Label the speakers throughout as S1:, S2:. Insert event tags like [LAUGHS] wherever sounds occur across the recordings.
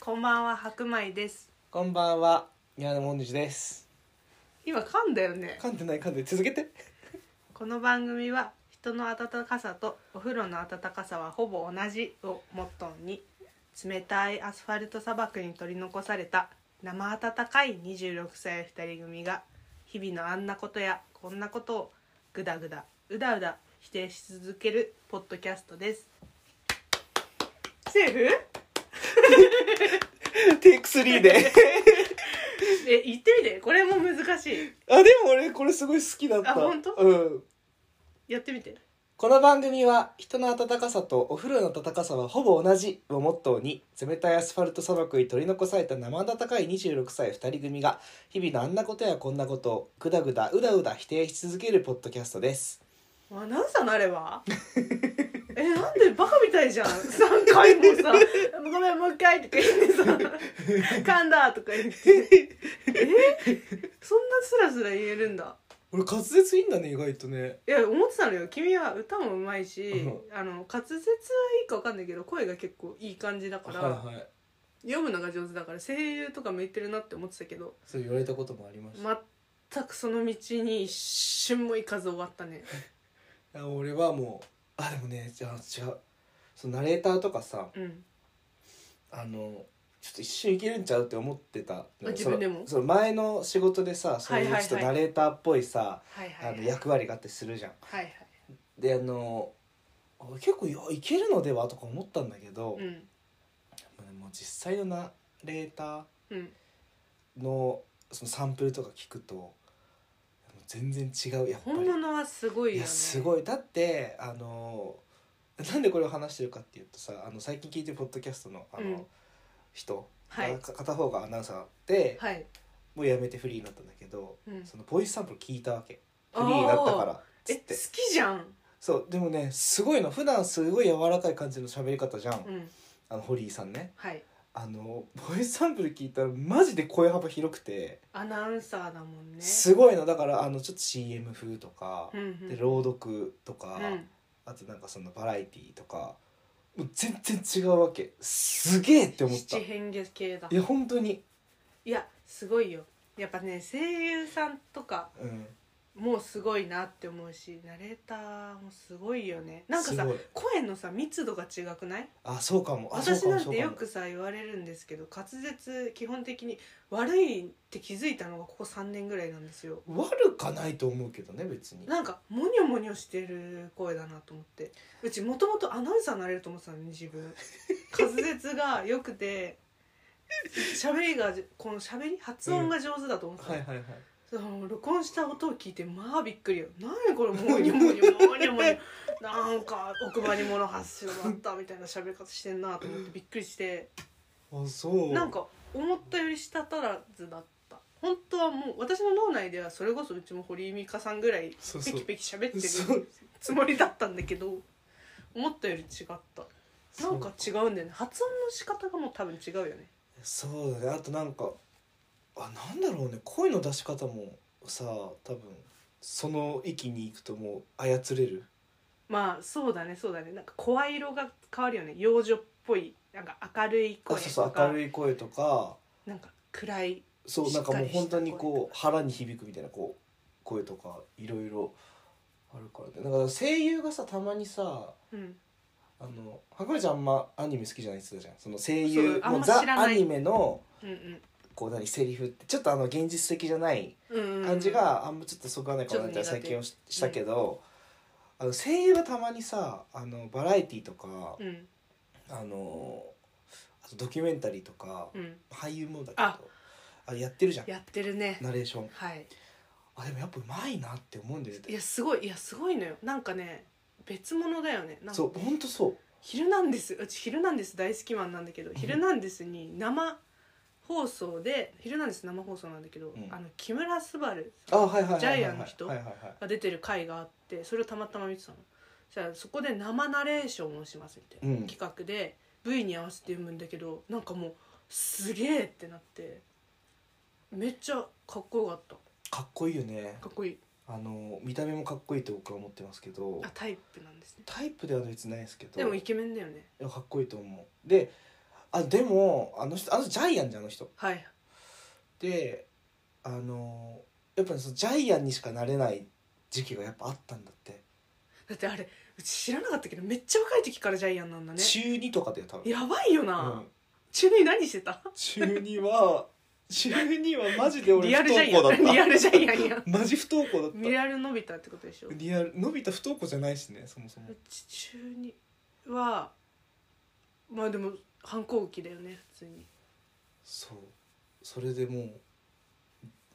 S1: こんばんは白米です
S2: こんばんは、宮野もんじです。
S1: 今噛んだよね
S2: 噛んでない噛んでない続けて。 [LAUGHS]
S1: この番組は人の温かさとお風呂の温かさはほぼ同じをモットーに冷たいアスファルト砂漠に取り残された生温かい26歳2人組が日々のあんなことやこんなことをグダグダうだうだ否定し続けるポッドキャストですセーフ
S2: テイク3で。 [LAUGHS]
S1: え言ってみてこれも難しい
S2: あ、でも俺これすごい好きだった。
S1: あ本当
S2: うん。
S1: やってみて
S2: この番組は人の温かさとお風呂の温かさはほぼ同じをモットーに冷たいアスファルト砂漠に取り残された生温かい26歳2人組が日々のあんなことやこんなことをぐだぐだうだうだ否定し続けるポッドキャストです。
S1: アナウンサーなれば [LAUGHS] えなんでバカみたいじゃん3回もさ「ごめんもう一回」とか言ってさ「噛んだ」とか言ってえそんなスラスラ言えるんだ
S2: 俺滑舌いいんだね意外とね。
S1: いや思ってたのよ君は歌もうまいし、
S2: う
S1: あの滑舌はいいか分かんないけど声が結構いい感じだから、
S2: はいはい。
S1: 読むのが上手だから声優とか向いてるなって思ってたけど
S2: そう言われたこともありました。
S1: 全くその道に一瞬も行かず終わったね
S2: いや俺はもうあでもねじゃあ違うそのナレーターとかさ
S1: うん
S2: あのちょっと一瞬いけるんちゃうって思ってたの
S1: あ自分でも
S2: そのその前の仕事でさそうい
S1: はいは
S2: う
S1: いはい
S2: ちょっとナレーターっぽいさ、
S1: はいはい
S2: あの
S1: はい
S2: 役割があってするじゃん。
S1: はい
S2: であのあ結構いやいけるのではとか思ったんだけど、
S1: はいうん
S2: もう実際のナレータ
S1: うん
S2: ーのそのサンプルとか聞くともう全然違うやっぱり。
S1: 本物はすごい
S2: い
S1: よ
S2: や
S1: ね
S2: すごいだってあのなんでこれを話してるかっていうとさあの最近聞いてるポッドキャストのあの、
S1: うん
S2: 人、
S1: はい
S2: か片方がアナウンサーで、
S1: はい、
S2: もうやめてフリーになったんだけど、
S1: うん、
S2: そのボイスサンプル聞いたわけフリーになったから
S1: あー
S2: っつ
S1: え
S2: っ
S1: 好
S2: て
S1: きじゃん
S2: そうでもねすごいの普段すごい柔らかい感じの喋り方じゃ
S1: う
S2: ん、
S1: ん
S2: あのホリーさんね
S1: はい
S2: あのボイスサンプル聞いたらマジで声幅広くて、
S1: アナウンサーだもんね
S2: すごいのだからあのちょっと CM 風とか、
S1: うんうん
S2: で朗読とか、
S1: うん
S2: あとなんかそのバラエティーとかもう全然違うわけすげえって思った
S1: 七
S2: い
S1: 変化系だい
S2: や本当に
S1: やすごいよやっぱね声優さんとか
S2: うん
S1: もうすごいなって思うしナレーターもすごいよねなんか
S2: す
S1: さ
S2: ごい
S1: 声のさ密度が違くない
S2: あそうかもあそう
S1: 私
S2: かも
S1: なん
S2: そう
S1: て
S2: か
S1: よ
S2: も
S1: くさ言われるんですけど滑舌基本的に悪いって気づいたのがここ3年ぐらいなんですよ
S2: 悪かないと思うけどね別に
S1: なんかモニョモニョしてる声だなと思ってうちもともとアナウンサーになれると思ってたのね自分滑舌が良くて喋りがこの喋り発音が上手だと思ってた
S2: は
S1: の、
S2: いはいはい
S1: その録音した音を聞いてまあびっくりよ何これモニョモニョモニョモニョなんか奥歯に物発症だったみたいな喋り方してんなと思ってびっくりして
S2: あそう
S1: なんか思ったより舌足らずだった本当はもう私の脳内ではそれこそうちも堀井美香さんぐらい
S2: そう
S1: ペ
S2: そ
S1: キ
S2: う
S1: ペキ喋って
S2: そ
S1: る
S2: う
S1: つもりだったんだけど思ったより違ったなんか違うんだよね発音の仕方がもう多分違うよね
S2: そうだねあとなんかあなんだろうね声の出し方もさ多分その域に行くともう操れる
S1: まあそうだねそうだねなんか声色が変わるよね幼女っぽいなんか明るい
S2: あ
S1: 声
S2: そうそ
S1: と
S2: う明
S1: か
S2: るい声とか
S1: なんか暗い
S2: そうなんかも
S1: しっか
S2: う
S1: りした
S2: 本当に
S1: 声と
S2: こう腹に響くみたいなこう声とかいろいろあるからねだから声優がさたまにさ
S1: うん
S2: あの白米ちゃんあんまアニメ好きじゃないって言ってたじゃんその声
S1: そう
S2: 優
S1: あんま
S2: の
S1: 知
S2: ザ・
S1: らない
S2: アニメの
S1: うんうん
S2: こう何セリフってちょっとあの現実的じゃない
S1: うんうん
S2: 感じがあんまちょっとそぐわないかなみたいな
S1: ちょっと苦
S2: 最
S1: 手
S2: 近をししたけど、あの声優がたまにさあのバラエティとか、
S1: うん
S2: あのあとドキュメンタリーとか、
S1: うん
S2: 俳優もだけど
S1: あ
S2: あれやってるじゃん
S1: やってるね
S2: ナレーション
S1: はい
S2: あでもやっぱうまいなって思うんだよね
S1: いやすごいいやすごいのよなんかね別物だよねなんか
S2: そう本当そう
S1: ヒルナンデスうちヒルナンデス大好きマンなんだけど、
S2: ん
S1: ヒルナンデスに生放送でヒルナンデス生放送なんだけど、
S2: うん
S1: あの木村昴
S2: あはいはいはいはいはい
S1: ジャイアンの人
S2: はいはいはい
S1: が出てる回があってそれをたまたま見てたのじゃあそこで生ナレーションをしますみたいな、
S2: うん
S1: 企画で V に合わせて読むんだけどなんかもうすげえってなってめっちゃかっこよかった
S2: かっこいいよね
S1: かっこいい
S2: ああの見た目もかっこいいと僕は思ってますけど
S1: あタイプなんですね
S2: タイプでは別にないですけど
S1: でもイケメンだよね
S2: いやかっこいいと思うであでもあの人あの人ジャイアンじゃんあの人
S1: はい
S2: であのやっぱりそのジャイアンにしかなれない時期がやっぱあったんだって、
S1: だってあれうち知らなかったけどめっちゃ若い時からジャイアンなんだね
S2: 中2とかだよ多分
S1: やばいよな、
S2: うん、
S1: 中2何してた
S2: 中2は中2はマジで俺
S1: リア
S2: 不
S1: ルジャイ
S2: 登校
S1: ア
S2: だっ
S1: ンリア
S2: た
S1: ルジャイアンやん
S2: マジ不登校だった
S1: リアル伸びたってことでしょう
S2: リアル伸びた不登校じゃないしねそもそも
S1: ち中2はまあでも反抗期だよね普通に
S2: そうそれでもう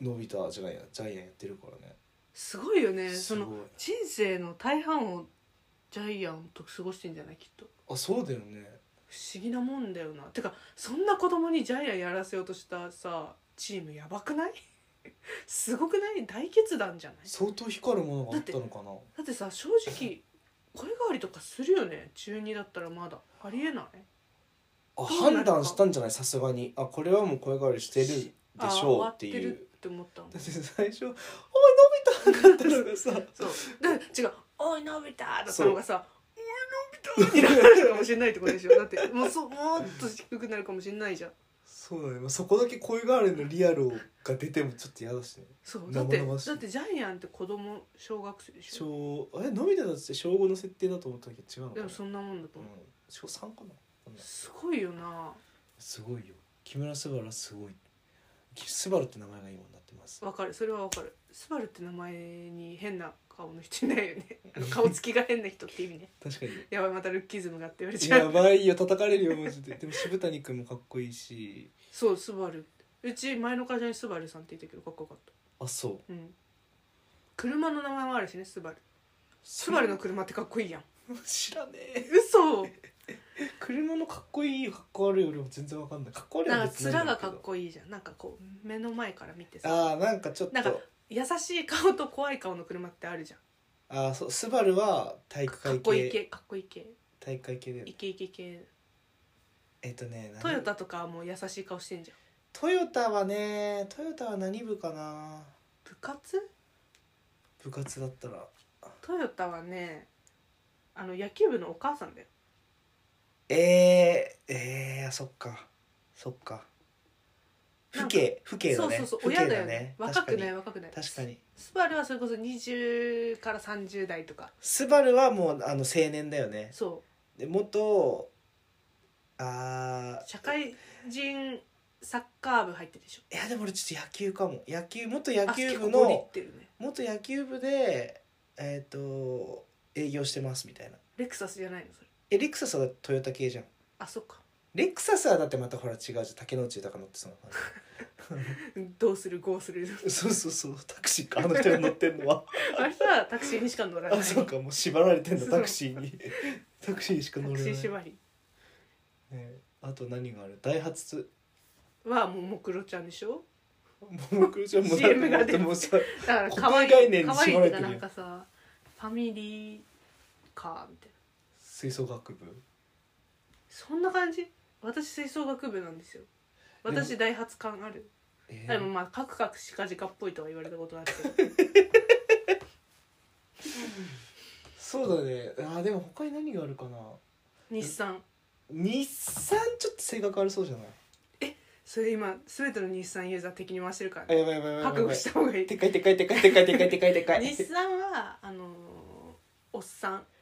S2: 伸びたじゃないやジャイアンやってるからね
S1: すごいよね
S2: す
S1: そ
S2: ごい
S1: の人生の大半をジャイアンと過ごしてんじゃないきっと
S2: あそうだよね
S1: 不思議なもんだよなてかそんな子供にジャイアンやらせようとしたさチームやばくない [LAUGHS] すごくない大決断じゃない
S2: 相当光るものがあったのかな
S1: だってさ正直声変わりとかするよね中2だったらまだありえない
S2: あ
S1: どうなる
S2: 判
S1: か
S2: 断したんじゃないさすがにあこれはもう声変わりしてるでしょうって
S1: あ終わって
S2: い
S1: る
S2: う
S1: って思ったの
S2: だって最初「おい伸びた!」だったのがさ
S1: そうだから違う「おいのび太」だったのがさ「おいのび太」になるかもしれないってことでしょだってもうそもっと低くなるかもしれないじゃん
S2: そうだね、まあ、そこだけ声変わりのリアルが出てもちょっと嫌だしね
S1: そうだって
S2: 生々しい
S1: だってジャイアンって子供小学生でしょ
S2: 小え伸びただって小5の設定だと思ったけど違うのか
S1: で
S2: な
S1: もそんなもんだと
S2: うん
S1: 思う、
S2: 小3かな
S1: すごいよな
S2: すごいよ木村昴すごいきスバルって名前が今なってます
S1: わかるそれはわかるスバルって名前に変な顔の人いないよ
S2: [LAUGHS]
S1: ねあの顔つきが変な人って意味ね
S2: 確かに
S1: やばいまたルッキズムがって言われちゃ
S2: [LAUGHS] や
S1: う
S2: ばいよ叩かれるよマ
S1: [LAUGHS]
S2: ジででも渋谷君もかっこいいし
S1: そうスバルうち前の会社にスバルさんっていたけどかっこよかっ
S2: あそう
S1: たうん車の名前もあるしねスバルス
S2: ス
S1: バルの車ってかっこいいやん
S2: 知らねえ
S1: 嘘
S2: 車のかっこいいかっこ悪い俺も全然わかんないかっこ悪い
S1: なん
S2: は
S1: か
S2: 別な
S1: 面
S2: んだ
S1: が
S2: けど
S1: かっこいいじゃんなんかこう目の前から見てさ
S2: ああなんかちょっと
S1: なんか優しい顔と怖い顔の車ってあるじゃん
S2: ああそうスバルは体育
S1: かっ
S2: 会
S1: こいい
S2: 系
S1: 系かっこいい系
S2: 体育会系だよ
S1: イ
S2: ね
S1: ケイケ系
S2: えっとね何
S1: トヨタとかはもう優しい顔してんじゃん
S2: トヨタはねトヨタは何部かな
S1: 部活
S2: 部活だったら
S1: トヨタはねあの野球部のお母さんだよ
S2: えー、えー、そっかそっか父兄父兄だ
S1: そ
S2: ね
S1: うそうそう
S2: 父兄
S1: 親だよね若くない
S2: 確
S1: 若くない
S2: かに確かに
S1: スバルはそれこそ20から30代とか
S2: スバルはもうあの青年だよね
S1: そ
S2: で元あ
S1: う
S2: ー
S1: 社会人サッカー部入ってるでしょ
S2: いやでも俺ちょっと野球かも野球元野
S1: あ
S2: 球
S1: 結
S2: 部
S1: 構ゴリっ
S2: の
S1: てるね
S2: 元野球部でえっ、と営業してますみたいな
S1: レクサスじゃないのそれ
S2: えレクサスはトヨタ系じゃん
S1: あそっか
S2: レクサスはだってまたほら違うじゃん竹野内豊乗ってそうな感じ
S1: [LAUGHS] どうするゴーする
S2: そうそうそうタクシーかあの人が乗ってんのは
S1: [LAUGHS] あれさタクシーにしか乗らない
S2: あそうかもう縛られてんだ
S1: そう
S2: タクシ
S1: [LAUGHS]
S2: ーにタクシーにしか
S1: タ
S2: 乗
S1: ク
S2: れな
S1: シ
S2: い、
S1: ー
S2: ね
S1: 縛り
S2: え、あと何があるダイハツ
S1: はもうもクロちゃんでしょ
S2: ももクロちゃんも
S1: CM が出て
S2: もうさ
S1: だから
S2: 固
S1: 可愛
S2: 定
S1: い
S2: 概念に
S1: 可愛い
S2: 縛
S1: っていうか
S2: られてるよ
S1: なんかさファミリーカーみたいな
S2: 吹奏楽部
S1: そんな感じ私吹奏楽部なんですよ
S2: でも
S1: 私ダイハツ感ある
S2: えー
S1: でもまあカクカクシカジカっぽいとは言われたことあるけど [LAUGHS]
S2: そうだねあーでも他に何があるかな
S1: 日産
S2: 日産ちょっと性格悪そうじゃない
S1: それ今全ての日産ユーザー敵に回してるから
S2: あ
S1: ね
S2: やばいやばいやばいやばい
S1: 覚悟した方がいい
S2: でかいでかいでかいでかいでかいでかいでかい
S1: 日産はあのーおっさん
S2: [LAUGHS]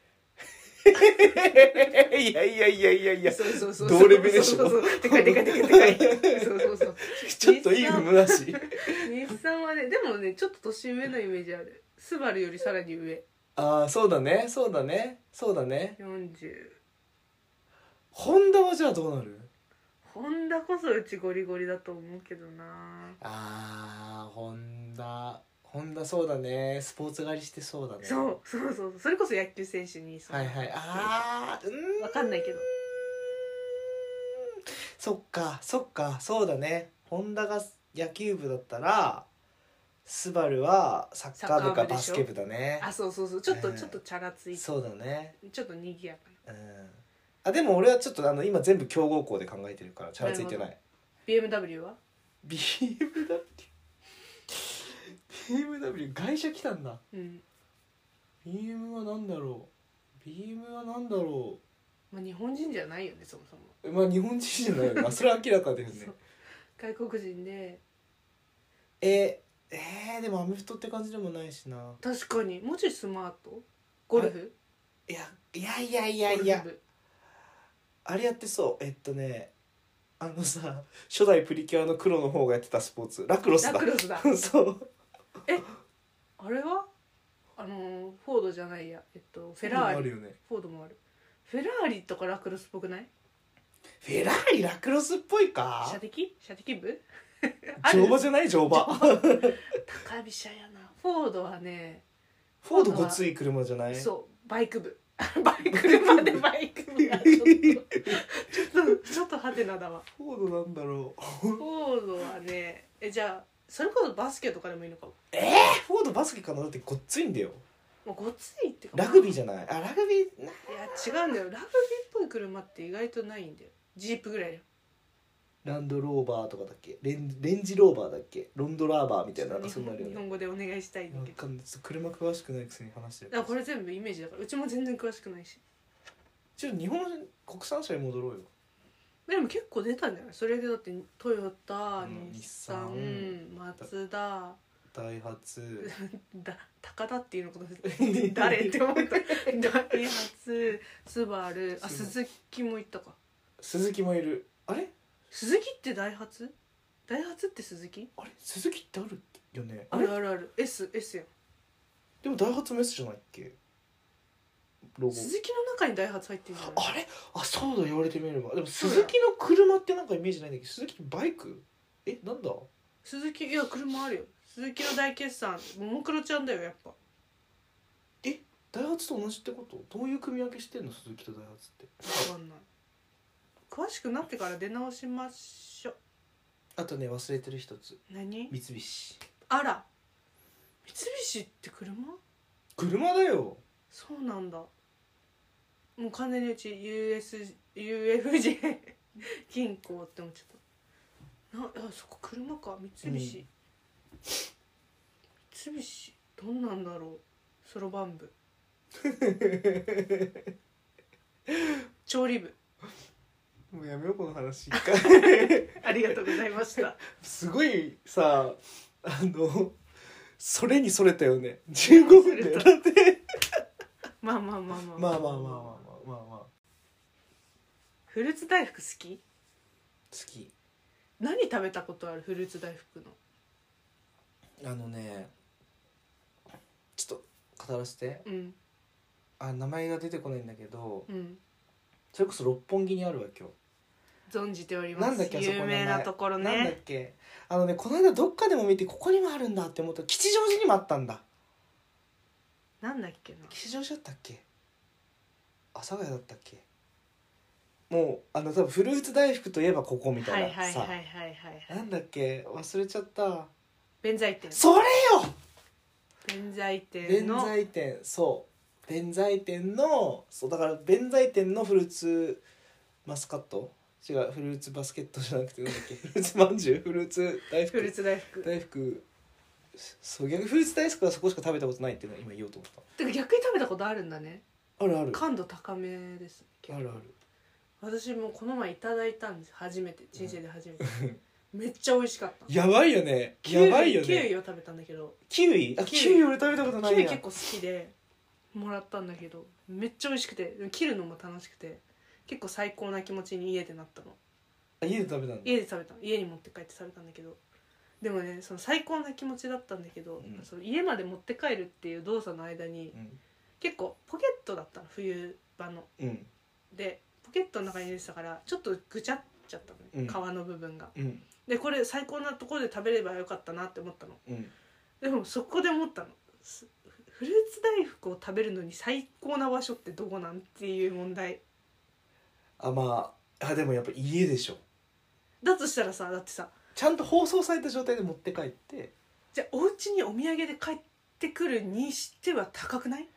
S2: いやいやいやいやいや
S1: そうそうそう
S2: 同レベでしょ
S1: そうそうそうでかいでかいでかいでかいそうそうそう
S2: ちょっといい踏むだし
S1: 日産はねでもねちょっと年上のイメージあるスバルよりさらに上
S2: ああそうだねそうだねそうだね
S1: 40
S2: ホンダはじゃあどうなる
S1: ホンダこそうちゴリゴリだと思うけどな
S2: あーホンダホンダそうだねスポーツ狩りしてそうだね
S1: そうそうそうそれこそ野球選手にその
S2: はいはいあーうーん
S1: わかんないけど
S2: そっかそっかそうだねホンダが野球部だったらスバルはサッカー部
S1: サッカー
S2: か
S1: 部で
S2: バ
S1: しょ
S2: スケ部だね
S1: あそうそうそうちょっと、
S2: うん
S1: ちょっとチャラついて
S2: そうだね
S1: ちょっと賑やかな
S2: うんあでも俺はちょっとあの今全部強豪校で考えてるからチャラついてない
S1: BMW は
S2: BMW BMW 外車来たんだ
S1: うん、
S2: BM は何だろう BM は何だろ
S1: まあ、日本人じゃないよねそもそも
S2: うまあ日本人じゃな
S1: [LAUGHS]
S2: いよなそれは明らかだよね
S1: そう外国人で
S2: えー、えー、でもアメフトって感じでもないしな
S1: 確かにもしスマートゴルフ
S2: いやいやいやいやいや
S1: ゴルフ
S2: あれやってそうえっとねあのさ初代プリキュアの黒の方がやってたスポーツラクロ
S1: 部
S2: スだ
S1: ラクロスだ
S2: [LAUGHS] そう
S1: あれはあのーフォードじゃないやえっとフェ
S2: そういう
S1: ラ
S2: のあ
S1: ー
S2: る
S1: リ
S2: よね
S1: フォードもあるフェラーリとかラクロスっぽくない
S2: フェラーリラクロスっぽいか
S1: 射的射的
S2: [LAUGHS]
S1: 部
S2: 乗馬じゃない乗馬
S1: 高飛車やなフォードはね
S2: フォードごつい車じゃない
S1: そうバイク部 [LAUGHS] バイク車でバイク部がちょっと
S2: [LAUGHS]
S1: ちょっとちょっとハテナだわ
S2: フォードなんだろう
S1: フォードはねえじゃあそれこそバスケとかでもいいのかも
S2: えー、フォードバスケかなだってごっついんだよ
S1: もうごついってか
S2: ラグビー
S1: じ
S2: じゃないあラグビーない
S1: や違うんだよラグビーっぽい車って意外とないんだよジープぐらいだよ
S2: ランドローバーとかだっけレンレンジローバーだっけロンドラーバーみたいななんか
S1: 日
S2: そんなの
S1: 本
S2: あるよ
S1: 日
S2: ね
S1: 本語でお願いしたいんだ
S2: わ
S1: けど
S2: かんないちょっと車詳しくないくせに話してる
S1: だからこれ全部イメージだからうちも全然詳しくないし
S2: ちょっと日本国産車に戻ろうよ
S1: でも結構出たんじゃないそれでだってトヨタ、
S2: うん
S1: 日産
S2: 日
S1: マツダ
S2: ダイハツ
S1: だ高田っていうのこと
S2: [LAUGHS]
S1: です [LAUGHS] 誰って思ったダイハツスバルあ
S2: ス
S1: 鈴木も行ったか
S2: 鈴木もいるあれ
S1: 鈴木ってダイハツダイハツって鈴木
S2: あれ鈴木ってあるよね
S1: あ
S2: あれ
S1: るあるある SS やん
S2: でもダイハツメスじゃないっけロゴ
S1: 鈴木の中にダイハツ入ってるんじゃない
S2: あれあそうだ言われてみればでも鈴木の車ってなんかイメージないんだけど鈴木ってバイクえなんだ
S1: 鈴木いや車あるよ鈴木の大決算ももクロちゃんだよやっぱ
S2: ダイハツと同じってことどういう組み分けしてんの鈴木とダイハツって
S1: わかんない詳しくなってから出直しましょう
S2: あとね忘れてる一つ
S1: 何
S2: 三菱
S1: あら三菱って車
S2: 車だよ
S1: そうなんだもう完全にうち US UFJ [LAUGHS] 銀行って思っちゃったなあそこ車か三菱、
S2: うん
S1: 三菱どんなんだろうそろばん部調理部
S2: [LAUGHS] もうやめようこの話一回
S1: [LAUGHS] ありがとうござい [LAUGHS] ました
S2: [LAUGHS] すごいさあのそれにそれたよね15分だよだって
S1: [LAUGHS] まあまあまあまあ
S2: まあまあまあまあまあまあまあ好
S1: フルーツ大福好き
S2: き
S1: 何食べたことあるフルーツ大福の
S2: あのねちょっと語らせて
S1: うん
S2: あ名前が出てこないんだけど
S1: うん
S2: それこそ六本木にあるわ今
S1: 存じており
S2: 日
S1: ます
S2: なんだっけあそこの
S1: 有名なところ
S2: なんだっ
S1: ね
S2: けあのねこの間どっかでも見てここにもあるんだって思った吉祥寺にもあったんだ
S1: なんだっけな
S2: 吉祥寺だったっけ阿佐ヶ谷だったっけもうあの多分フルーツ大福といえばここみた
S1: はいい
S2: な
S1: はいはい
S2: さ、
S1: はいはいは
S2: ないんだっけ忘れちゃった
S1: 弁財天
S2: それよ
S1: 弁財天
S2: 弁
S1: の
S2: 財天そう弁財天のそうだから弁財天のフルーツマスカット違うフルーツバスケットじゃなくてなんだっけフルーツまんじゅうフルーツ大
S1: フルー
S2: 福
S1: ツ大福
S2: 大福そう逆にフルーツ大福はそこしか食べたことないっていうのは今言おうと思って
S1: か逆に食べたことあるんだね
S2: たあるある
S1: 感度高めです
S2: あるあ
S1: 私もこの前いただいたんです初めて人生で初めて、めっちゃ美味しかった
S2: るやばいよね
S1: キウイ
S2: [LAUGHS] やばいよね
S1: キウイを食べたんだけど
S2: キウイあ
S1: キウイ
S2: キウイ俺食べたことな
S1: キウ
S2: い
S1: イ
S2: や
S1: 結構好きでもらったんだけどめっちゃ美味しくて切るのも楽しくて結構最高な気持ちに家でなったの
S2: あ家で食べたんだ
S1: 家で食べたの家に持って帰って食べたんだけどでもねその最高な気持ちだったんだけど、
S2: うん
S1: その家まで持って帰るっていう動作の間に
S2: うん
S1: 結構ポケットだったの冬場の
S2: うん
S1: でポケットの中に入れてたからちょっとぐちゃっちゃったのね、
S2: うん
S1: 皮の部分が
S2: うん
S1: でこれ最高なところで食べればよかったなって思ったの
S2: うん
S1: でもそこで思ったのすフルーツ大福を食べるのに最高な場所ってどこなんっていう問題
S2: あまああでもやっぱ家でしょ
S1: だとしたらさだってさ
S2: ちゃんと包装された状態で持って帰って
S1: じゃあお家にお土産で帰ってくるにしては高くない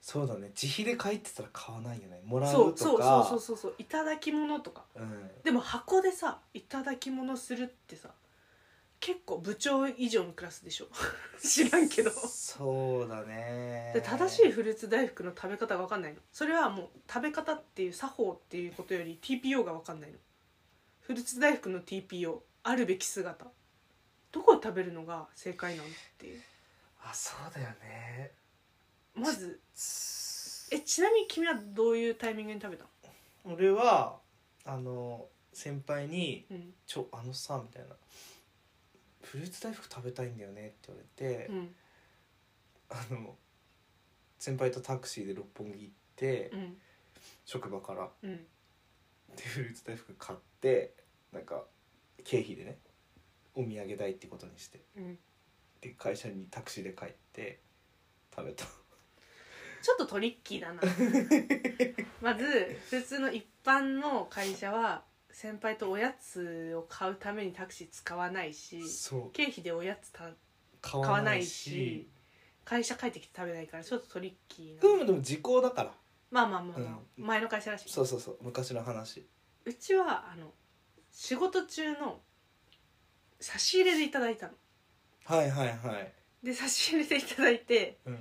S2: そうだね自費で買いってたら買わないよねもら
S1: そううそうそ
S2: と
S1: う
S2: か
S1: そうそうそういただき物とか
S2: うん
S1: でも箱でさいただき物するってさ結構部長以上のクラスでしょ [LAUGHS] 知らんけど
S2: そうだね
S1: で正しいフルーツ大福の食べ方が分かんないのそれはもう食べ方っていう作法っていうことより TPO が分かんないのフルーツ大福の TPO あるべき姿どこを食べるのが正解なのっていう
S2: あそうだよね
S1: まずえちなみに君はどういうタイミングに食べたの
S2: 俺はあの先輩に
S1: うん
S2: 「ちょあのさ」みたいな「フルーツ大福食べたいんだよね」って言われて、
S1: うん
S2: あの先輩とタクシーで六本木行って、
S1: うん
S2: 職場から
S1: うん
S2: でフルーツ大福買ってなんか経費でねお土産代ってことにして
S1: うん
S2: で会社にタクシーで帰って食べた
S1: ちょっとトリッキー
S2: [LAUGHS]
S1: だなまず普通の一般の会社は先輩とおやつを買うためにタクシー使わないし
S2: そう
S1: 経費でおやつた買
S2: 買
S1: わないし会社帰ってきて食べないからちょっとトリッキー
S2: う
S1: な、
S2: んでも時効だから
S1: まあまあまあ、まあ
S2: うん
S1: 前の会社らしい
S2: そうそうそう昔の話
S1: うちはあの仕事中の差し入れでいただいたの
S2: はいはいはい、
S1: で差し入れでいただいて
S2: うん、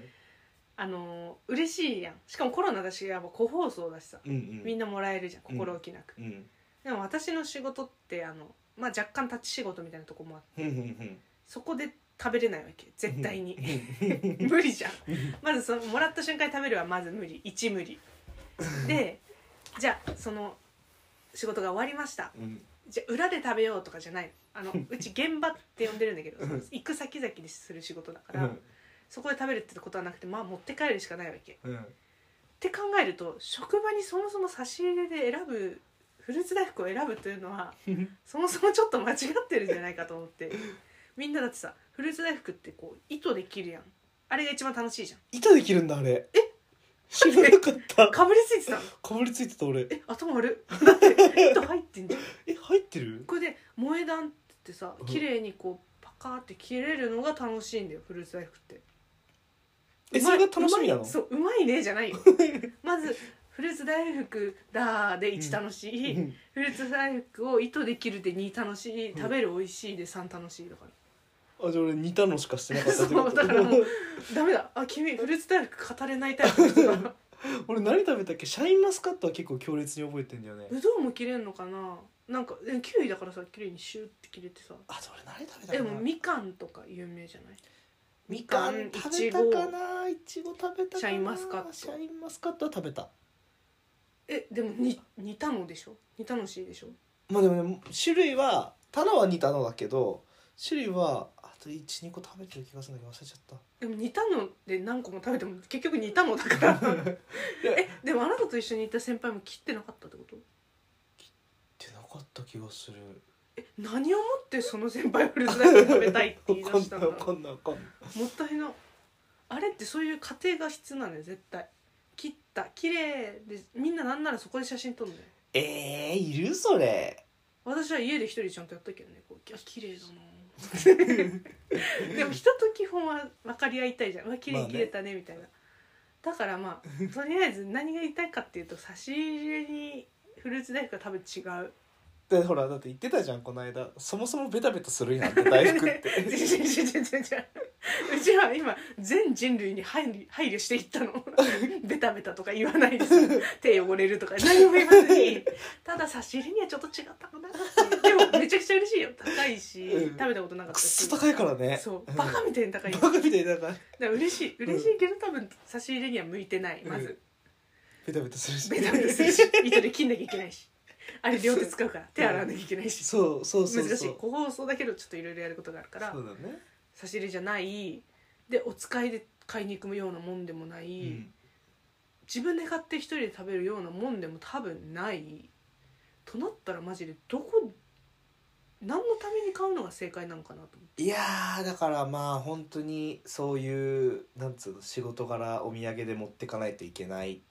S1: あのー嬉しいやんしかもコロナだしやっぱ個包装だしさ
S2: うんうん
S1: みんなもらえるじゃん心置きなく、
S2: うん
S1: でも私の仕事ってあの、まあ、若干立ち仕事みたいなとこもあって
S2: ふんふんふん
S1: そこで食べれないわけ絶対
S2: [LAUGHS]
S1: に
S2: うん
S1: 無理じゃんまずそのもらった瞬間に食べるはまず無理1無理でじゃあその仕事が終わりました
S2: うん
S1: じゃあ裏で食べようとかじゃないのあ
S2: [LAUGHS]
S1: のうち現場って呼んでるんだけどその行く先々でする仕事だか
S2: う
S1: ら、
S2: ん
S1: そこで食べるってことはなくてまあ持って帰るしかないわけっ
S2: うん
S1: て考えると職場にそもそも差し入れで選ぶフルーツ大福を選ぶというのはそもそもちょっと間違ってるんじゃないかと思ってみんなだってさフルーツ大福ってこう糸できるやんあれが一番楽しいじゃん
S2: [LAUGHS] 板できるんだあれえ知らなかった
S1: かぶりついてたの
S2: かぶりついてた俺
S1: え頭悪いだって糸入ってんじゃん
S2: え入ってる
S1: これで萌え断ってさ
S2: うん
S1: 綺麗にこうパカーって切れるのが楽しいんだよフルーツ大福って
S2: え
S1: うまい
S2: それが楽しみな
S1: う
S2: の
S1: まいそううまいねじゃ
S2: [LAUGHS]
S1: ないよまずフルーツ大福だーで1楽しい、
S2: うん
S1: フルーツ大福を糸できるで2楽しい
S2: うん
S1: 食べる美味しいで3楽しいだから
S2: あじゃあ俺似たのしかしてなかったって
S1: そ
S2: こ
S1: うだからも
S2: と
S1: うダメだあ君フルーツ大福語れないタイプの人だ
S2: [LAUGHS] 俺何食べたっけシャインマスカットは結構強烈に覚えてんだよね
S1: ぶどうも切れんのかななんかえキウイだからさ綺麗にシューって切れてさ
S2: あじゃあ俺何食べた
S1: で
S2: か
S1: も
S2: な
S1: みかんとか有名じゃない
S2: みかん
S1: みかん
S2: 食べたかないちご食べたかな
S1: シャインマスカット
S2: シャインマスカットは食べた
S1: えでもに煮たのでしょ煮たのしいでしょ
S2: まあでもね種類は棚は似たのだけど種類はあと12個食べてる気がするんだけど忘れちゃった
S1: でも煮たので何個も食べても結局煮たのだから [LAUGHS]
S2: [LAUGHS]
S1: えでもあなたと一緒に行った先輩も切ってなかったってこと
S2: 出なかった気がする
S1: え何をもってその先輩フルーツ大福食べたいって言い出したんだろ
S2: [LAUGHS] わかんないわかんないわかんないう
S1: もったいなあれってそういう過程が必要なんだよ絶対切った綺麗でみんななんならそこで写真撮るんだよ
S2: えー、いるそれ
S1: 私は家で一人でちゃんとやったけどねこうあ綺麗だな [LAUGHS] でも人と基本は分かり合いたいじゃんうわ綺麗に切れたねみたいな、だからまあとりあえず何が言いたいかっていうと差し入れにフルーツ大福は多分違う
S2: でほらだって言ってたじゃんこの間そもそもベタベタするやんって大
S1: [LAUGHS]
S2: 福っ
S1: 違う
S2: て
S1: 違う違う違う違ううちは今全人類に配慮配慮してい
S2: [LAUGHS]
S1: ったのベタベタとか言わないです手汚れるとか何も言わずにただ差し入れにはちょっと違ったかなっていうでもめちゃくちゃ嬉しいよ高いし、
S2: うん
S1: 食べたことなかっ
S2: く
S1: た
S2: っ
S1: し
S2: そ高いからね
S1: そう
S2: うん
S1: バカみたいに高いだか
S2: バカみたいだから
S1: ら嬉しい嬉しいけど多分差し入れには向いてないまず
S2: ベタベタするし
S1: ベタベタするし糸で切んなきゃいけない
S2: [LAUGHS]
S1: しあれ両手使うから手洗わなきゃいけないし
S2: そうそうそうそう
S1: 難しい個包装だけどちょっといろいろやることがあるから
S2: そうだね、
S1: 差し入れじゃないでお使いで買いに行くようなもんでもない、
S2: うん
S1: 自分で買って一人で食べるようなもんでも多分ないとなったらマジでどこ何のために買うのが正解なのかなと思
S2: いやーだからまあ本当にそういうなんつうの仕事柄お土産で持ってかないといけない
S1: って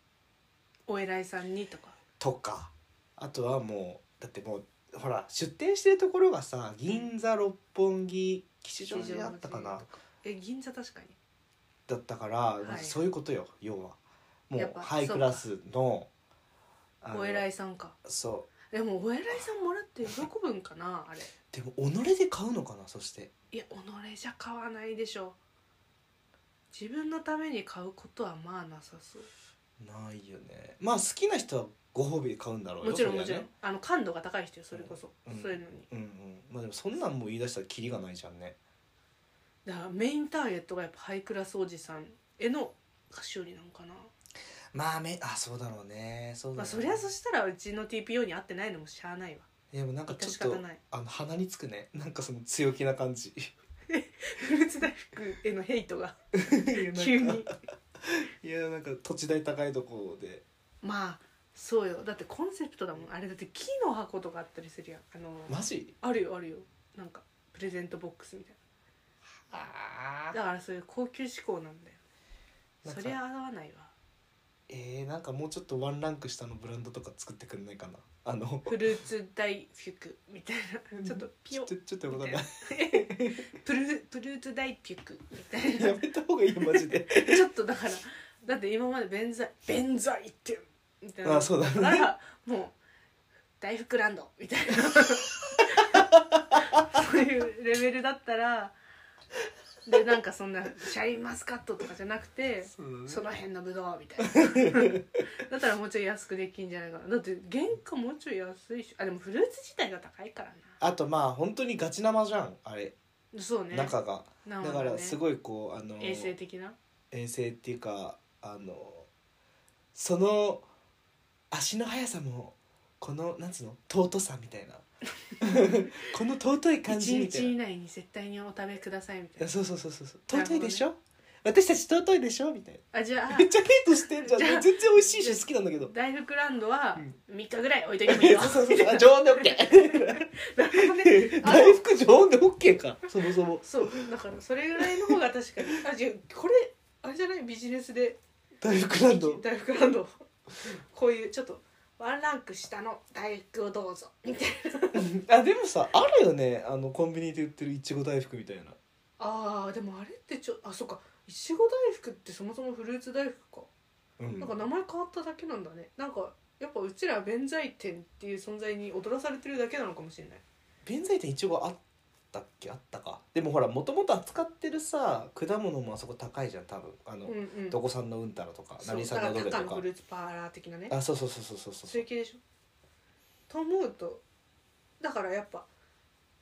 S1: お偉いさんにとか
S2: とかあとはもうだってもうほら出店してるところがさ銀座六本木吉祥寺だったかな
S1: 吉祥寺え銀座確かに
S2: だったから、
S1: い
S2: まあそういうことよ要はも
S1: やっ
S2: う
S1: ぱ
S2: ハイクラスのあの
S1: お偉いさんか
S2: そ
S1: でもお偉いさんもらって喜ぶんかなあれ
S2: でも己で買うのかなそして
S1: いや己じゃ買わないでしょ自分のために買うことはまあなさそう
S2: ないよねまあ好きな人はご褒美で買うんだろうよ
S1: もちろん
S2: そりゃ
S1: もちろん、
S2: ね
S1: あの感度が高い人よそれこそ、
S2: うん
S1: そういうのに
S2: うんうんまあでもそんなんもう言い出したらキリがないじゃんね
S1: だからメインターゲットがやっぱハイクラスおじさんへの菓子売りなんかな、
S2: まあめあそうだろうねそう
S1: まあ、
S2: だろう
S1: そ
S2: ね
S1: りゃそしたらうちの TPO に合ってないのもしゃあないわ
S2: でもなんかちょ
S1: 致
S2: っ
S1: し方
S2: と
S1: ない
S2: あの鼻につくねなんかその強気な感じ
S1: フルーツ大福へのヘイトが
S2: いや [LAUGHS] なんか
S1: [LAUGHS] 急に
S2: いやなんか土地代高いところで
S1: まあそうよだってコンセプトだもんあれだって木の箱とかあったりするやんあの、
S2: マジ
S1: あるよあるよなんかプレゼントボックスみたいな
S2: あ
S1: だからそういう高級志向なんだよ
S2: なん
S1: そ
S2: か
S1: りゃ合わないわ
S2: えー、なんかもうちょっとワンランク下のブランドとか作ってくんないかなあの
S1: フルーツ大福みたいな [LAUGHS] ちょっとピ
S2: ちょ
S1: ヨ
S2: っとちょっとよくわかんない
S1: プルプルーツ大福みたいな
S2: [LAUGHS] やめた方がいいよマ
S1: [LAUGHS]
S2: ジで
S1: ちょっとだからだって今まで便座便座行ってみたいな
S2: あそうだね
S1: からもう大福ランドみたい
S2: [LAUGHS]
S1: なそういうレベルだったらでなんかそんなシャインマスカットとかじゃなくて
S2: そうだね
S1: その辺のブドウみたいなだったらもうちょい安くできんじゃないかなだって原価もうちょい安いしあでもフルーツ自体が高いから
S2: あとまあ本当にガチ生じゃんあれ、
S1: なそうね
S2: 中が
S1: な
S2: だ
S1: んね
S2: からすごいこうあの
S1: 衛生的な
S2: 衛生っていうかあのその足の速さもこのなんつうの尊さみた
S1: [LAUGHS]
S2: いなこの尊い感じ
S1: 1
S2: みたい
S1: 日以
S2: な
S1: 内に絶対にお食べくださいみたい
S2: あ
S1: な
S2: そうそうそうそうそう
S1: なるほ
S2: 尊
S1: どね
S2: いでしょ、私たち尊いでしょみたい
S1: あじゃあ
S2: な [LAUGHS] めっちゃヘイトしてんじゃん
S1: じゃあ
S2: 全然美味しいし好きなんだけど
S1: 大福ランドは
S2: うん
S1: 3日ぐらい置いといてもいいよ
S2: [LAUGHS] そうそうそうあ常温で OK
S1: なるほどね [LAUGHS]
S2: [LAUGHS]
S1: あの
S2: 大福常温で OK かそもそも
S1: そうだからそれぐらいの方が確かにあじゃあこれあれじゃないビジネスで
S2: 大福ランド
S1: 大福ランドこういうちょっとワンランク下の大福をどうぞみたいな
S2: あでもさあるよねあのコンビニで売ってるいちご大福みたいな
S1: あーでもあれってちょあそっかいちご大福ってそもそもフルーツ大福か、
S2: うん
S1: なんか名前変わっただけなんだねなんかやっぱうちらは弁財天っていう存在に踊らされてるだけなのかもしれない
S2: 弁財天いちごあったっけあったかでもほらもともと扱ってるさ果物もあそこ高いじゃん多分あの、
S1: うんうん
S2: どこさんのうんたらとか
S1: そう
S2: 何
S1: だ
S2: さん
S1: から
S2: のどれと
S1: 高
S2: か
S1: のフルーツパーラー的なね
S2: あそうそうそうそうそう
S1: そ
S2: そ
S1: い
S2: う
S1: うう系でしょと思うとだからやっぱ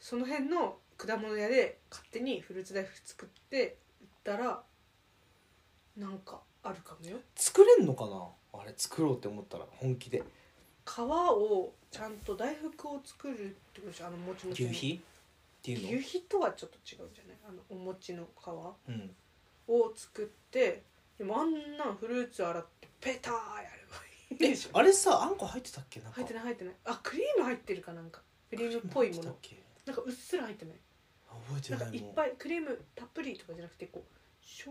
S1: その辺の果物屋で勝手にフルーツ大福作って売ったらなんかあるかもよ
S2: 作れんのかなあれ作ろうって思ったら本気で
S1: 皮をちゃんと大福を作るってことでしょあのもちもち
S2: 牛
S1: の
S2: 皮っていう
S1: 牛皮
S2: の
S1: とはちょっと違うんじゃないあのお餅の皮
S2: うん
S1: を作ってでもあんなんフルーツ洗ってペターやればいいでしょ
S2: あれさあんこ入ってたっけなんか
S1: 入ってない入ってないあクリーム入ってるかなんかクリームっぽいも
S2: 入ってたっ
S1: の
S2: け
S1: なんかうっすら入ってない
S2: あ覚えて
S1: なん
S2: な
S1: か
S2: いも
S1: いっぱいクリームたっぷりとかじゃなくてこうショー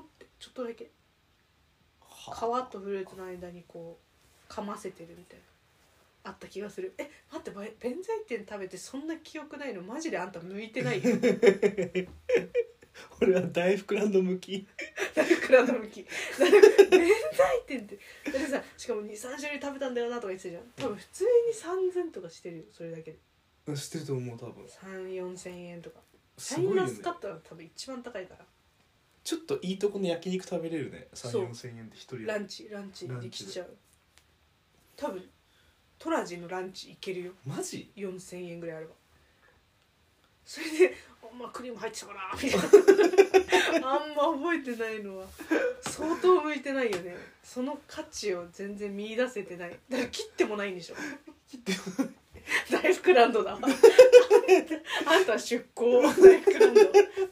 S1: ってちょっとだけ
S2: はあ
S1: 皮とフルーツの間にこう噛ませてるみたいなあった気がするえ待ってば弁財天食べてそんな記憶ないのマジであんた向いてない
S2: [LAUGHS]
S1: よ
S2: 俺は大福ランド向き
S1: だからの向きだから弁財天ってだってさしかも23種類食べたんだよなとか言ってたじゃん多分普通に3000とかしてるよそれだけで
S2: うん知ってると思う多分
S1: 34000円とかシ
S2: す
S1: ャイン
S2: ごいよ
S1: マ
S2: ね
S1: スカットは多分一番高いから
S2: ちょっといいとこの焼肉食べれるね3
S1: そう
S2: 4千円で一人で
S1: ランチランチできちゃう多分トラジのランチいけるよ
S2: マジ
S1: 4000円ぐらいあればそれで「あんまクリーム入ってたかな」みたいなあんま覚えてないのは相当向いてないよねその価値を全然見出せてないだから切ってもないんでしょ大福ランドだあんたあんた出向大福ランド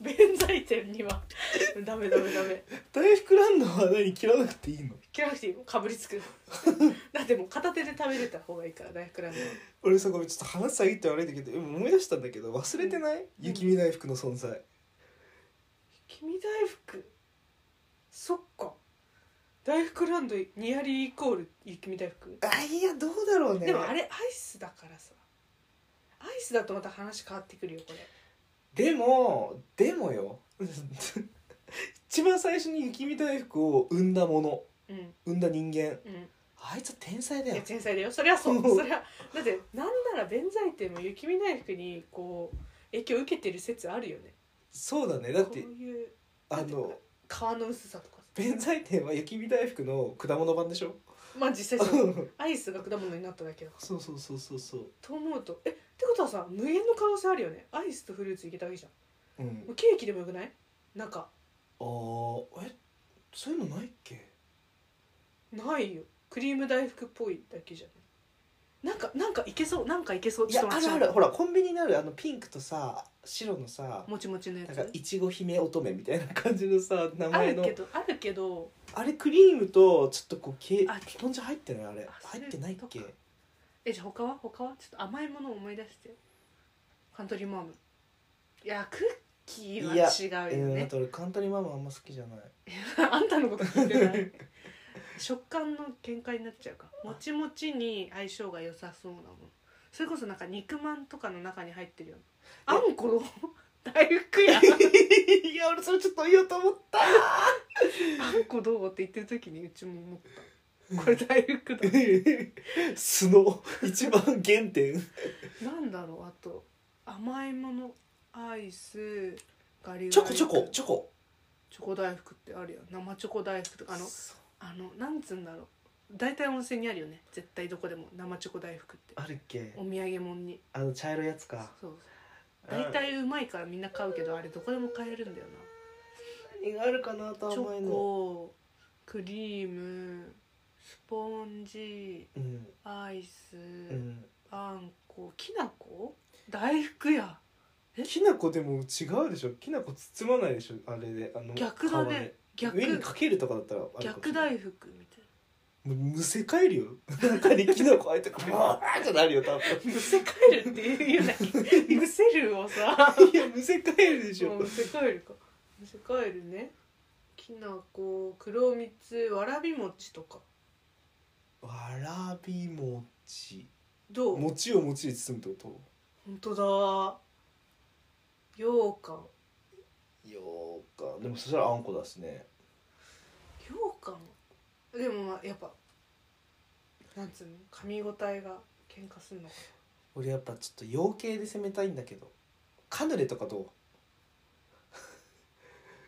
S1: 弁財天にはダメダメダメ
S2: 大福ランドは何切らなくていいの
S1: 切らなくていいもんかぶりつく
S2: [LAUGHS]
S1: だってもう片手で食べれた方がいいから大福ランドは
S2: 俺さごめんちょっと話下げて悪いんだけど今思い出したんだけど忘れてない、雪見大福の存在
S1: 君大福そっか大福ランドニアリーイコール雪見大福、
S2: あいやどうだろうね
S1: でもあれアイスだからさアイスだとまた話変わってくるよこれ
S2: でもでもよ [LAUGHS] 一番最初に雪見大福を生んだもの
S1: うん
S2: 生んだ人間
S1: うん
S2: あいつ天才だ
S1: い
S2: よ
S1: や天才だよそれはそうそれはだってなんなら弁財天も雪見大福にこう影響受けてる説あるよね
S2: そうだねだって
S1: こういう
S2: あ
S1: なんていうの
S2: の
S1: かな皮の薄さとか
S2: 弁財天は雪見大福の果物版でしょ
S1: まあ実際そうアイスが果物になっただけだから
S2: [LAUGHS] そうそうそうそうそう
S1: と思うとえってことはさ無限の可能性あるよねアイスとフルーツいけたわけじゃん
S2: うん
S1: もうケーキでもよくないなんか
S2: あーえそういうのないっけ
S1: ないよクリーム大福っぽいだけじゃないなんかなんかいけそうなんかいけそう
S2: い
S1: ちょ
S2: や
S1: っと
S2: あ
S1: 待
S2: る
S1: って
S2: あるほらコンビニにあるあのピンクとさ白のさ
S1: もちもちのや
S2: なんか
S1: つ
S2: いちご姫乙女みたいな感じのさ名
S1: あ
S2: 前
S1: る
S2: の
S1: けどあるけど
S2: あれクリームとちょっとこうけ
S1: あ
S2: スポンジ入ってないあれ
S1: あ
S2: 入ってないっけ
S1: そっかえじゃあ他は他はちょっと甘いものを思い出してカントリーマームいやクッキーは違うよ
S2: うん、あ
S1: ね、
S2: と俺カントリーママあんま好きじゃない
S1: [LAUGHS] あんたのこと聞いてない [LAUGHS] 食感の見解になっちゃうかもちもちに相性が良さそうなもんそれこそなんか肉まんとかの中に入ってるよあんこの [LAUGHS] 大福や
S2: [LAUGHS] いや俺それちょっと言おうと思った
S1: あんこどうって言ってる時にうちも思ったこれ大福だ
S2: 素の一番原点
S1: なんだろうあと甘いものアイスガリガリ
S2: チョコチ
S1: [LAUGHS]
S2: ョコチョコ
S1: チョコ大福ってあるよ生チョコ大福とかあの
S2: そう
S1: あのなんつうんだろう大体温泉にあるよね絶対どこでも生チョコ大福って
S2: あるっけ
S1: お土産物に
S2: あの茶色いやつか
S1: そう大体うまいからみんな買うけどあれどこでも買えるんだよ
S2: 何があるかなと
S1: な
S2: は
S1: チ
S2: 思え
S1: ョ
S2: ない
S1: コクリームスポンジ
S2: うん
S1: アイス、
S2: うん
S1: あんこきなこ大福や
S2: きなこでも違うでしょきなこ包まないでしょあれであの
S1: 逆だね
S2: 皮で
S1: 逆
S2: 上にかけるとかだったらあるかもし
S1: 逆
S2: れない
S1: 大福みたい
S2: もうむせ返るよ [LAUGHS] 中にきなこ入って
S1: [LAUGHS]
S2: くるわーってなるよ多
S1: な [LAUGHS]
S2: 分
S1: むせ返るっていうだけむせるをさ
S2: いやむせ返るでしょ
S1: むせ返るかむせ返るねきなこ黒蜜わらび餅とか
S2: わらび餅
S1: どう
S2: 餅を餅で包むってこ
S1: 本当だ羊羹
S2: とようかでもそしたらあんこだしね
S1: 羊羹でもまあやっぱなんつうの噛み応えが喧嘩すんのか
S2: 俺やっぱちょっと養鶏で攻めたいんだけどカヌレとかどう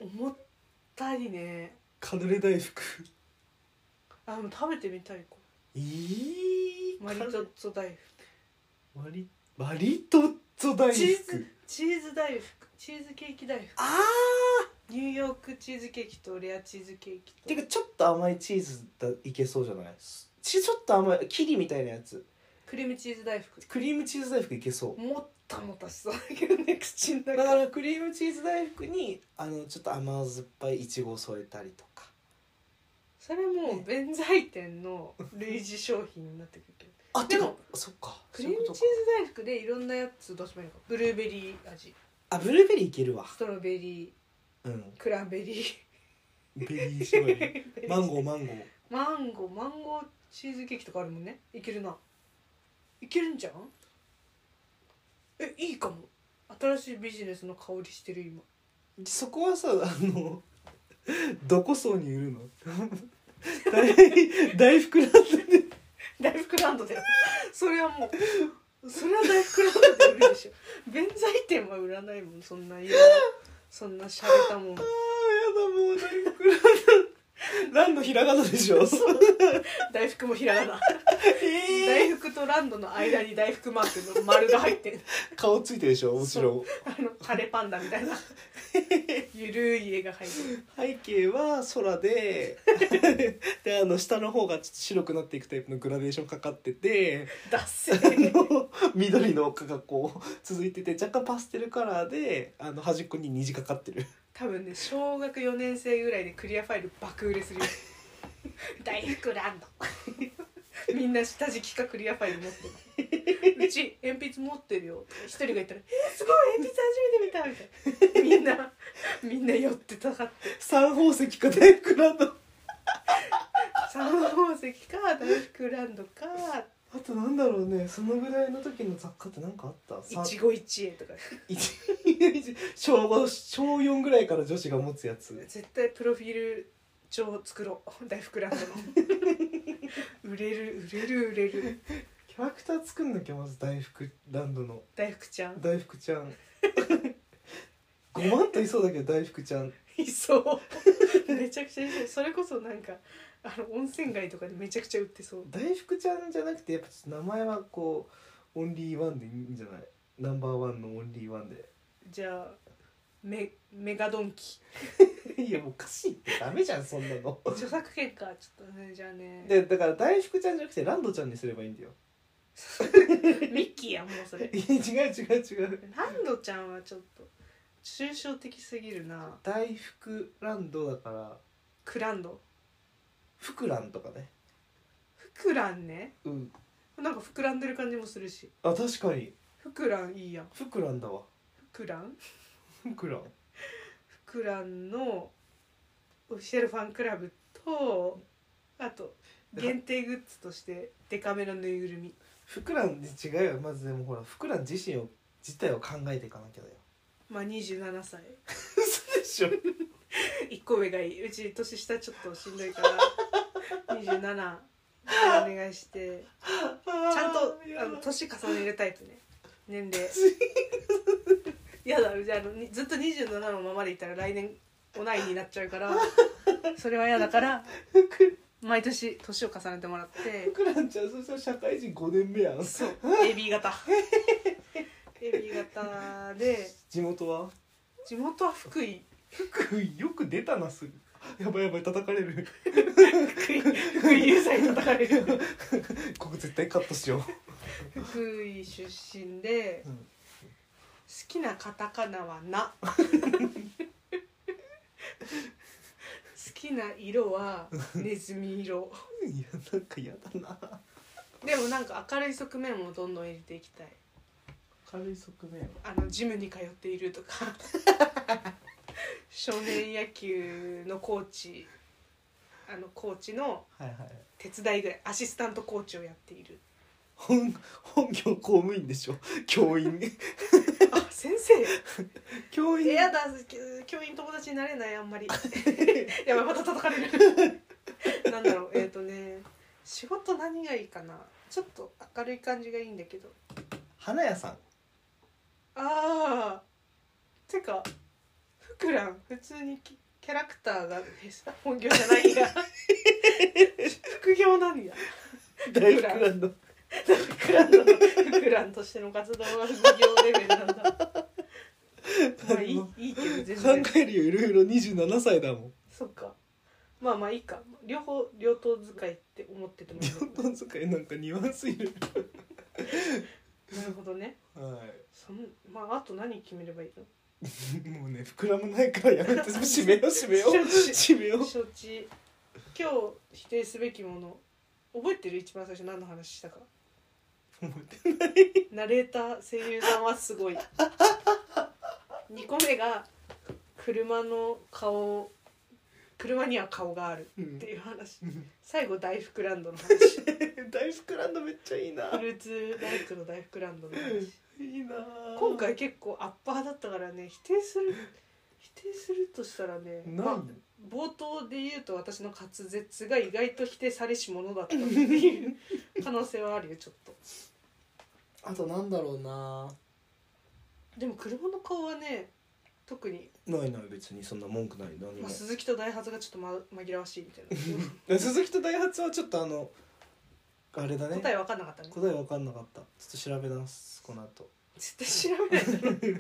S1: 重たいね
S2: カヌレ大福
S1: あでも食べてみたいか
S2: いい
S1: マリトッツォ大福
S2: マリマリトッツォ大
S1: チー
S2: 福
S1: ズチーズ大福チーズケーキ大福
S2: あ
S1: ニューヨークチーズケーキとレアチーズケーキ
S2: ーてか
S1: と
S2: ちょっと甘いチーズだいけそうじゃないちちょっと甘いキリみたいなやつ
S1: クリームチーズ大福
S2: クリームチーズ大福いけそ
S1: もったもたしそうだけどね口の
S2: うだ
S1: 中
S2: からクリームチーズ大福にあのちょっと甘酸っぱいいちごを添えたりとか
S1: それもう弁財天の類似商品になってくるけど
S2: あ
S1: で
S2: で
S1: も
S2: もそっか
S1: クリームチー
S2: そういうこと
S1: ズ
S2: か
S1: 大福でいろんなやつどうしてもいいのかブルーベリー味
S2: あブルーベリーいけるわ
S1: ストロベリ
S2: うん
S1: ークランベリ
S2: ベリーしばい
S1: ー
S2: [LAUGHS] マン
S1: ゴー
S2: ゴーマンゴー
S1: マンゴーマンゴーチーズケーキとかあるもんねいけるないけるんじゃんえいいかも新しいビジネスの香りしてる今
S2: そこはさあのどこ層に売るの [LAUGHS] 大大福なんだね
S1: 大福ランドでそれはもうそれは大福ランドで売るでしょ弁財天は売らないもんそんな色々そんな洒落たもん
S2: あーやだもう大福なんだランドひらがなでしょ
S1: 大福もひらがな
S2: え
S1: 大福とランドの間に大福マークの丸が入ってん
S2: ー顔ついてるでしょもちろん
S1: あのカレーパンダみた [LAUGHS] いなゆるい絵が入ってる
S2: 背景は空でであの下の方がちょっと白くなっていくタイプのグラデーションかかってて
S1: ダッセ
S2: あの緑の丘がこう続いてて若干パステルカラーであの端っこに虹かかってる
S1: [LAUGHS] 多分ね小学4年生ぐらいでクリアファイル爆売れするよ [LAUGHS] 大福ランド [LAUGHS] みんな下敷きかクリアファイル持って [LAUGHS] るうち鉛筆持ってるよ一人が言ったら「えすごい鉛筆初めて見た」みたいなみんなみんな寄ってたかって
S2: 三宝石か大福ランド
S1: 三宝石か大福ランドか
S2: あとなんだろうねそのぐらいの時の雑貨って何かあったさ
S1: 一期一会とか
S2: 一小5小4ぐらいから女子が持つやつ
S1: 絶対プロフィール丁作ろう [LAUGHS] 大福ランドの売れる売れる売れる
S2: キャラクター作んなきゃまず大福ランドの
S1: 大福ちゃん
S2: 大福ちゃん5万といそうだけど大福ちゃん
S1: [LAUGHS] いそう [LAUGHS] めちゃくちゃいそうそれこそなんかあの温泉街とかでめちゃくちゃ売ってそう
S2: 大福ちゃんじゃなくてやっぱちょっと名前はこうオンリーワンでいいんじゃないナンバーワンのオンリーワンで [LAUGHS]
S1: じゃあメメガドンキ [LAUGHS]
S2: いやもうおかしいってダメじゃんそんなの
S1: 著作権かちょっとねじゃあね
S2: でだから大福ちゃんじゃなくてランドちゃんにすればいいんだよ
S1: [LAUGHS] ミッキーやもうそれ
S2: いや違う違う違う
S1: ランドちゃんはちょっと抽象的すぎるな
S2: 大福ランドだから
S1: クランド
S2: 福ランとかね
S1: フクランね
S2: うん
S1: なんか膨らんでる感じもするし
S2: あ確かに
S1: フクランいいやん
S2: 福ランだわ
S1: フクラン
S2: 福ラン
S1: フクランのオフィシャルファンクラブとあと限定グッズとしてデカめのぬいぐるみ
S2: 福ランで違うよまずでもほら福ラン自身を自体を考えていかなきゃだよ
S1: まあ27歳
S2: 嘘でしょ
S1: 1個上がいいうち年下ちょっとしんどいから27お願いして
S2: ち
S1: ちゃんとあの年重ねるタイプね年齢やだじゃああのにずっと27のままでいたら来年おないになっちゃうからそれは嫌だから毎年年を重ねてもらって
S2: 福ランちゃんそしたら社会人5年目やん
S1: そう AB 型 AB 型で
S2: 地元は
S1: 地元は福井
S2: 福井よく出たなすぐやばいやばい叩かれる
S1: 福井福井有罪叩かれる
S2: ここ絶対カットしよ
S1: 福井出身で
S2: う、うん、
S1: 好きなカタカナは「な」好きな色はネズミ色
S2: いやなんか嫌だな
S1: でもなんか明るい側面もどんどん入れていきたい
S2: 明るい側面は
S1: あのジムに通っているとか少年野球のコーチあのコーチの
S2: はいはい
S1: 手伝いぐらいアシスタントコーチをやっている [LAUGHS]
S2: 本 [LAUGHS] 本業公務員でしょ教員
S1: あ先生
S2: [LAUGHS] 教員
S1: えやだき教員友達になれないあん [LAUGHS] まりやばいまた叩かれる [LAUGHS] なんだろうえっ、とね仕事何がいいかなちょっと明るい感じがいいんだけど
S2: 花屋
S1: [LAUGHS]
S2: さん
S1: あーてかふくらん普通にキキャラクターがえ本業じゃない [LAUGHS] や副業なんや
S2: 大福ランド
S1: ふくらんのふくらんとしての活動は副業レベルなんだまあいいいいけど全
S2: 考
S1: 然
S2: えるよいろいろ27歳だもん
S1: そっかまあまあいいか両方両党使いって思っててもいい
S2: 両
S1: の
S2: 党使いなんかニュアンスいる
S1: なるほどね
S2: は
S1: そのまああと何決めればいいの
S2: いもうね膨らまないからやめ
S1: [LAUGHS]
S2: て締めよう締めよう締めよう
S1: 承知今日否定すべきもの覚えてる一番最初何の話したかナレーター声優さんはすごい2個目が車の顔車には顔がある
S2: うん
S1: っていう話
S2: うん
S1: 最後大福ランドの話
S2: [LAUGHS] 大福ランドめっちゃいいな
S1: フルーツ大福の大福ランドの話
S2: いいな
S1: 今回結構アッパーだったからね否定する否定するとしたらね、
S2: 何、
S1: まあ冒頭で言うと私の滑舌が意外と否定されし者だったっていう可能性はあるよちょっと
S2: あとなんだろうな
S1: でも車の顔はね特に、
S2: ないない別にそんな文句ない何
S1: まあ、鈴木とダイハツがちょっと、ま、紛らわしいみたい
S2: 鈴木とダイハツはちょっとあの [LAUGHS] あれだ
S1: な
S2: ね
S1: 答え分かんなかったね
S2: 答えわかんなかったちょっと調べ直すこの後
S1: 絶対調べないだろ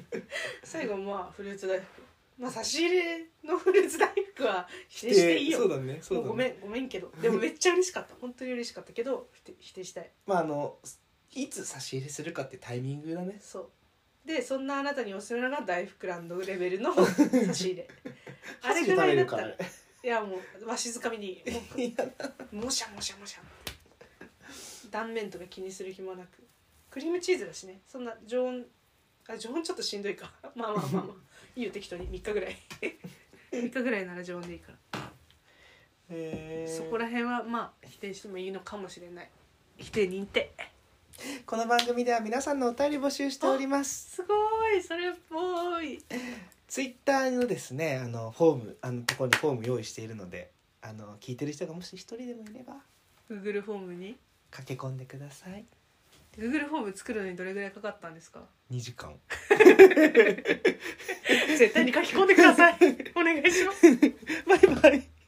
S1: 最後まあフルーツ大福まあ差し入れのフルーツ大福は否定していい
S2: そ
S1: よ
S2: うだねそう
S1: も
S2: だ
S1: う
S2: ね
S1: ごめんごめんけどでもめっちゃ嬉しかった本当に嬉しかったけど否定否定したい
S2: まああのいつ差し入れするかってタイミングだね
S1: そうでそんなあなたにおすすめなのが大福ランドレベルの差し入れあれぐらいだったらい
S2: [LAUGHS] 箸
S1: やもうわしづかみ [LAUGHS] にも
S2: で食べるからね
S1: うもしゃもしゃもしゃ断面とか気にする暇なくクリームチーズだしねそんな常温あ常温ちょっとしんどいか [LAUGHS] まあまあまあまあいいよ適当に3日ぐらい3日ぐらいなら常温でいいから、
S2: えー
S1: そこら辺はまあ否定してもいいのかもしれない否定認定
S2: この番組では皆さんのお便り募集しております
S1: すごいそれっぽい
S2: ツイッターのですねあのフォームあのここにフォーム用意しているのであの聞いてる人がもし一人でもいれば
S1: Google フォームに
S2: 駆け込んでください
S1: Google フォーム作るのにどれぐらいかかったんですか
S2: 2
S1: [LAUGHS]
S2: 時間
S1: [LAUGHS] 絶対に書き込んでくださいお願いします
S2: バイバイ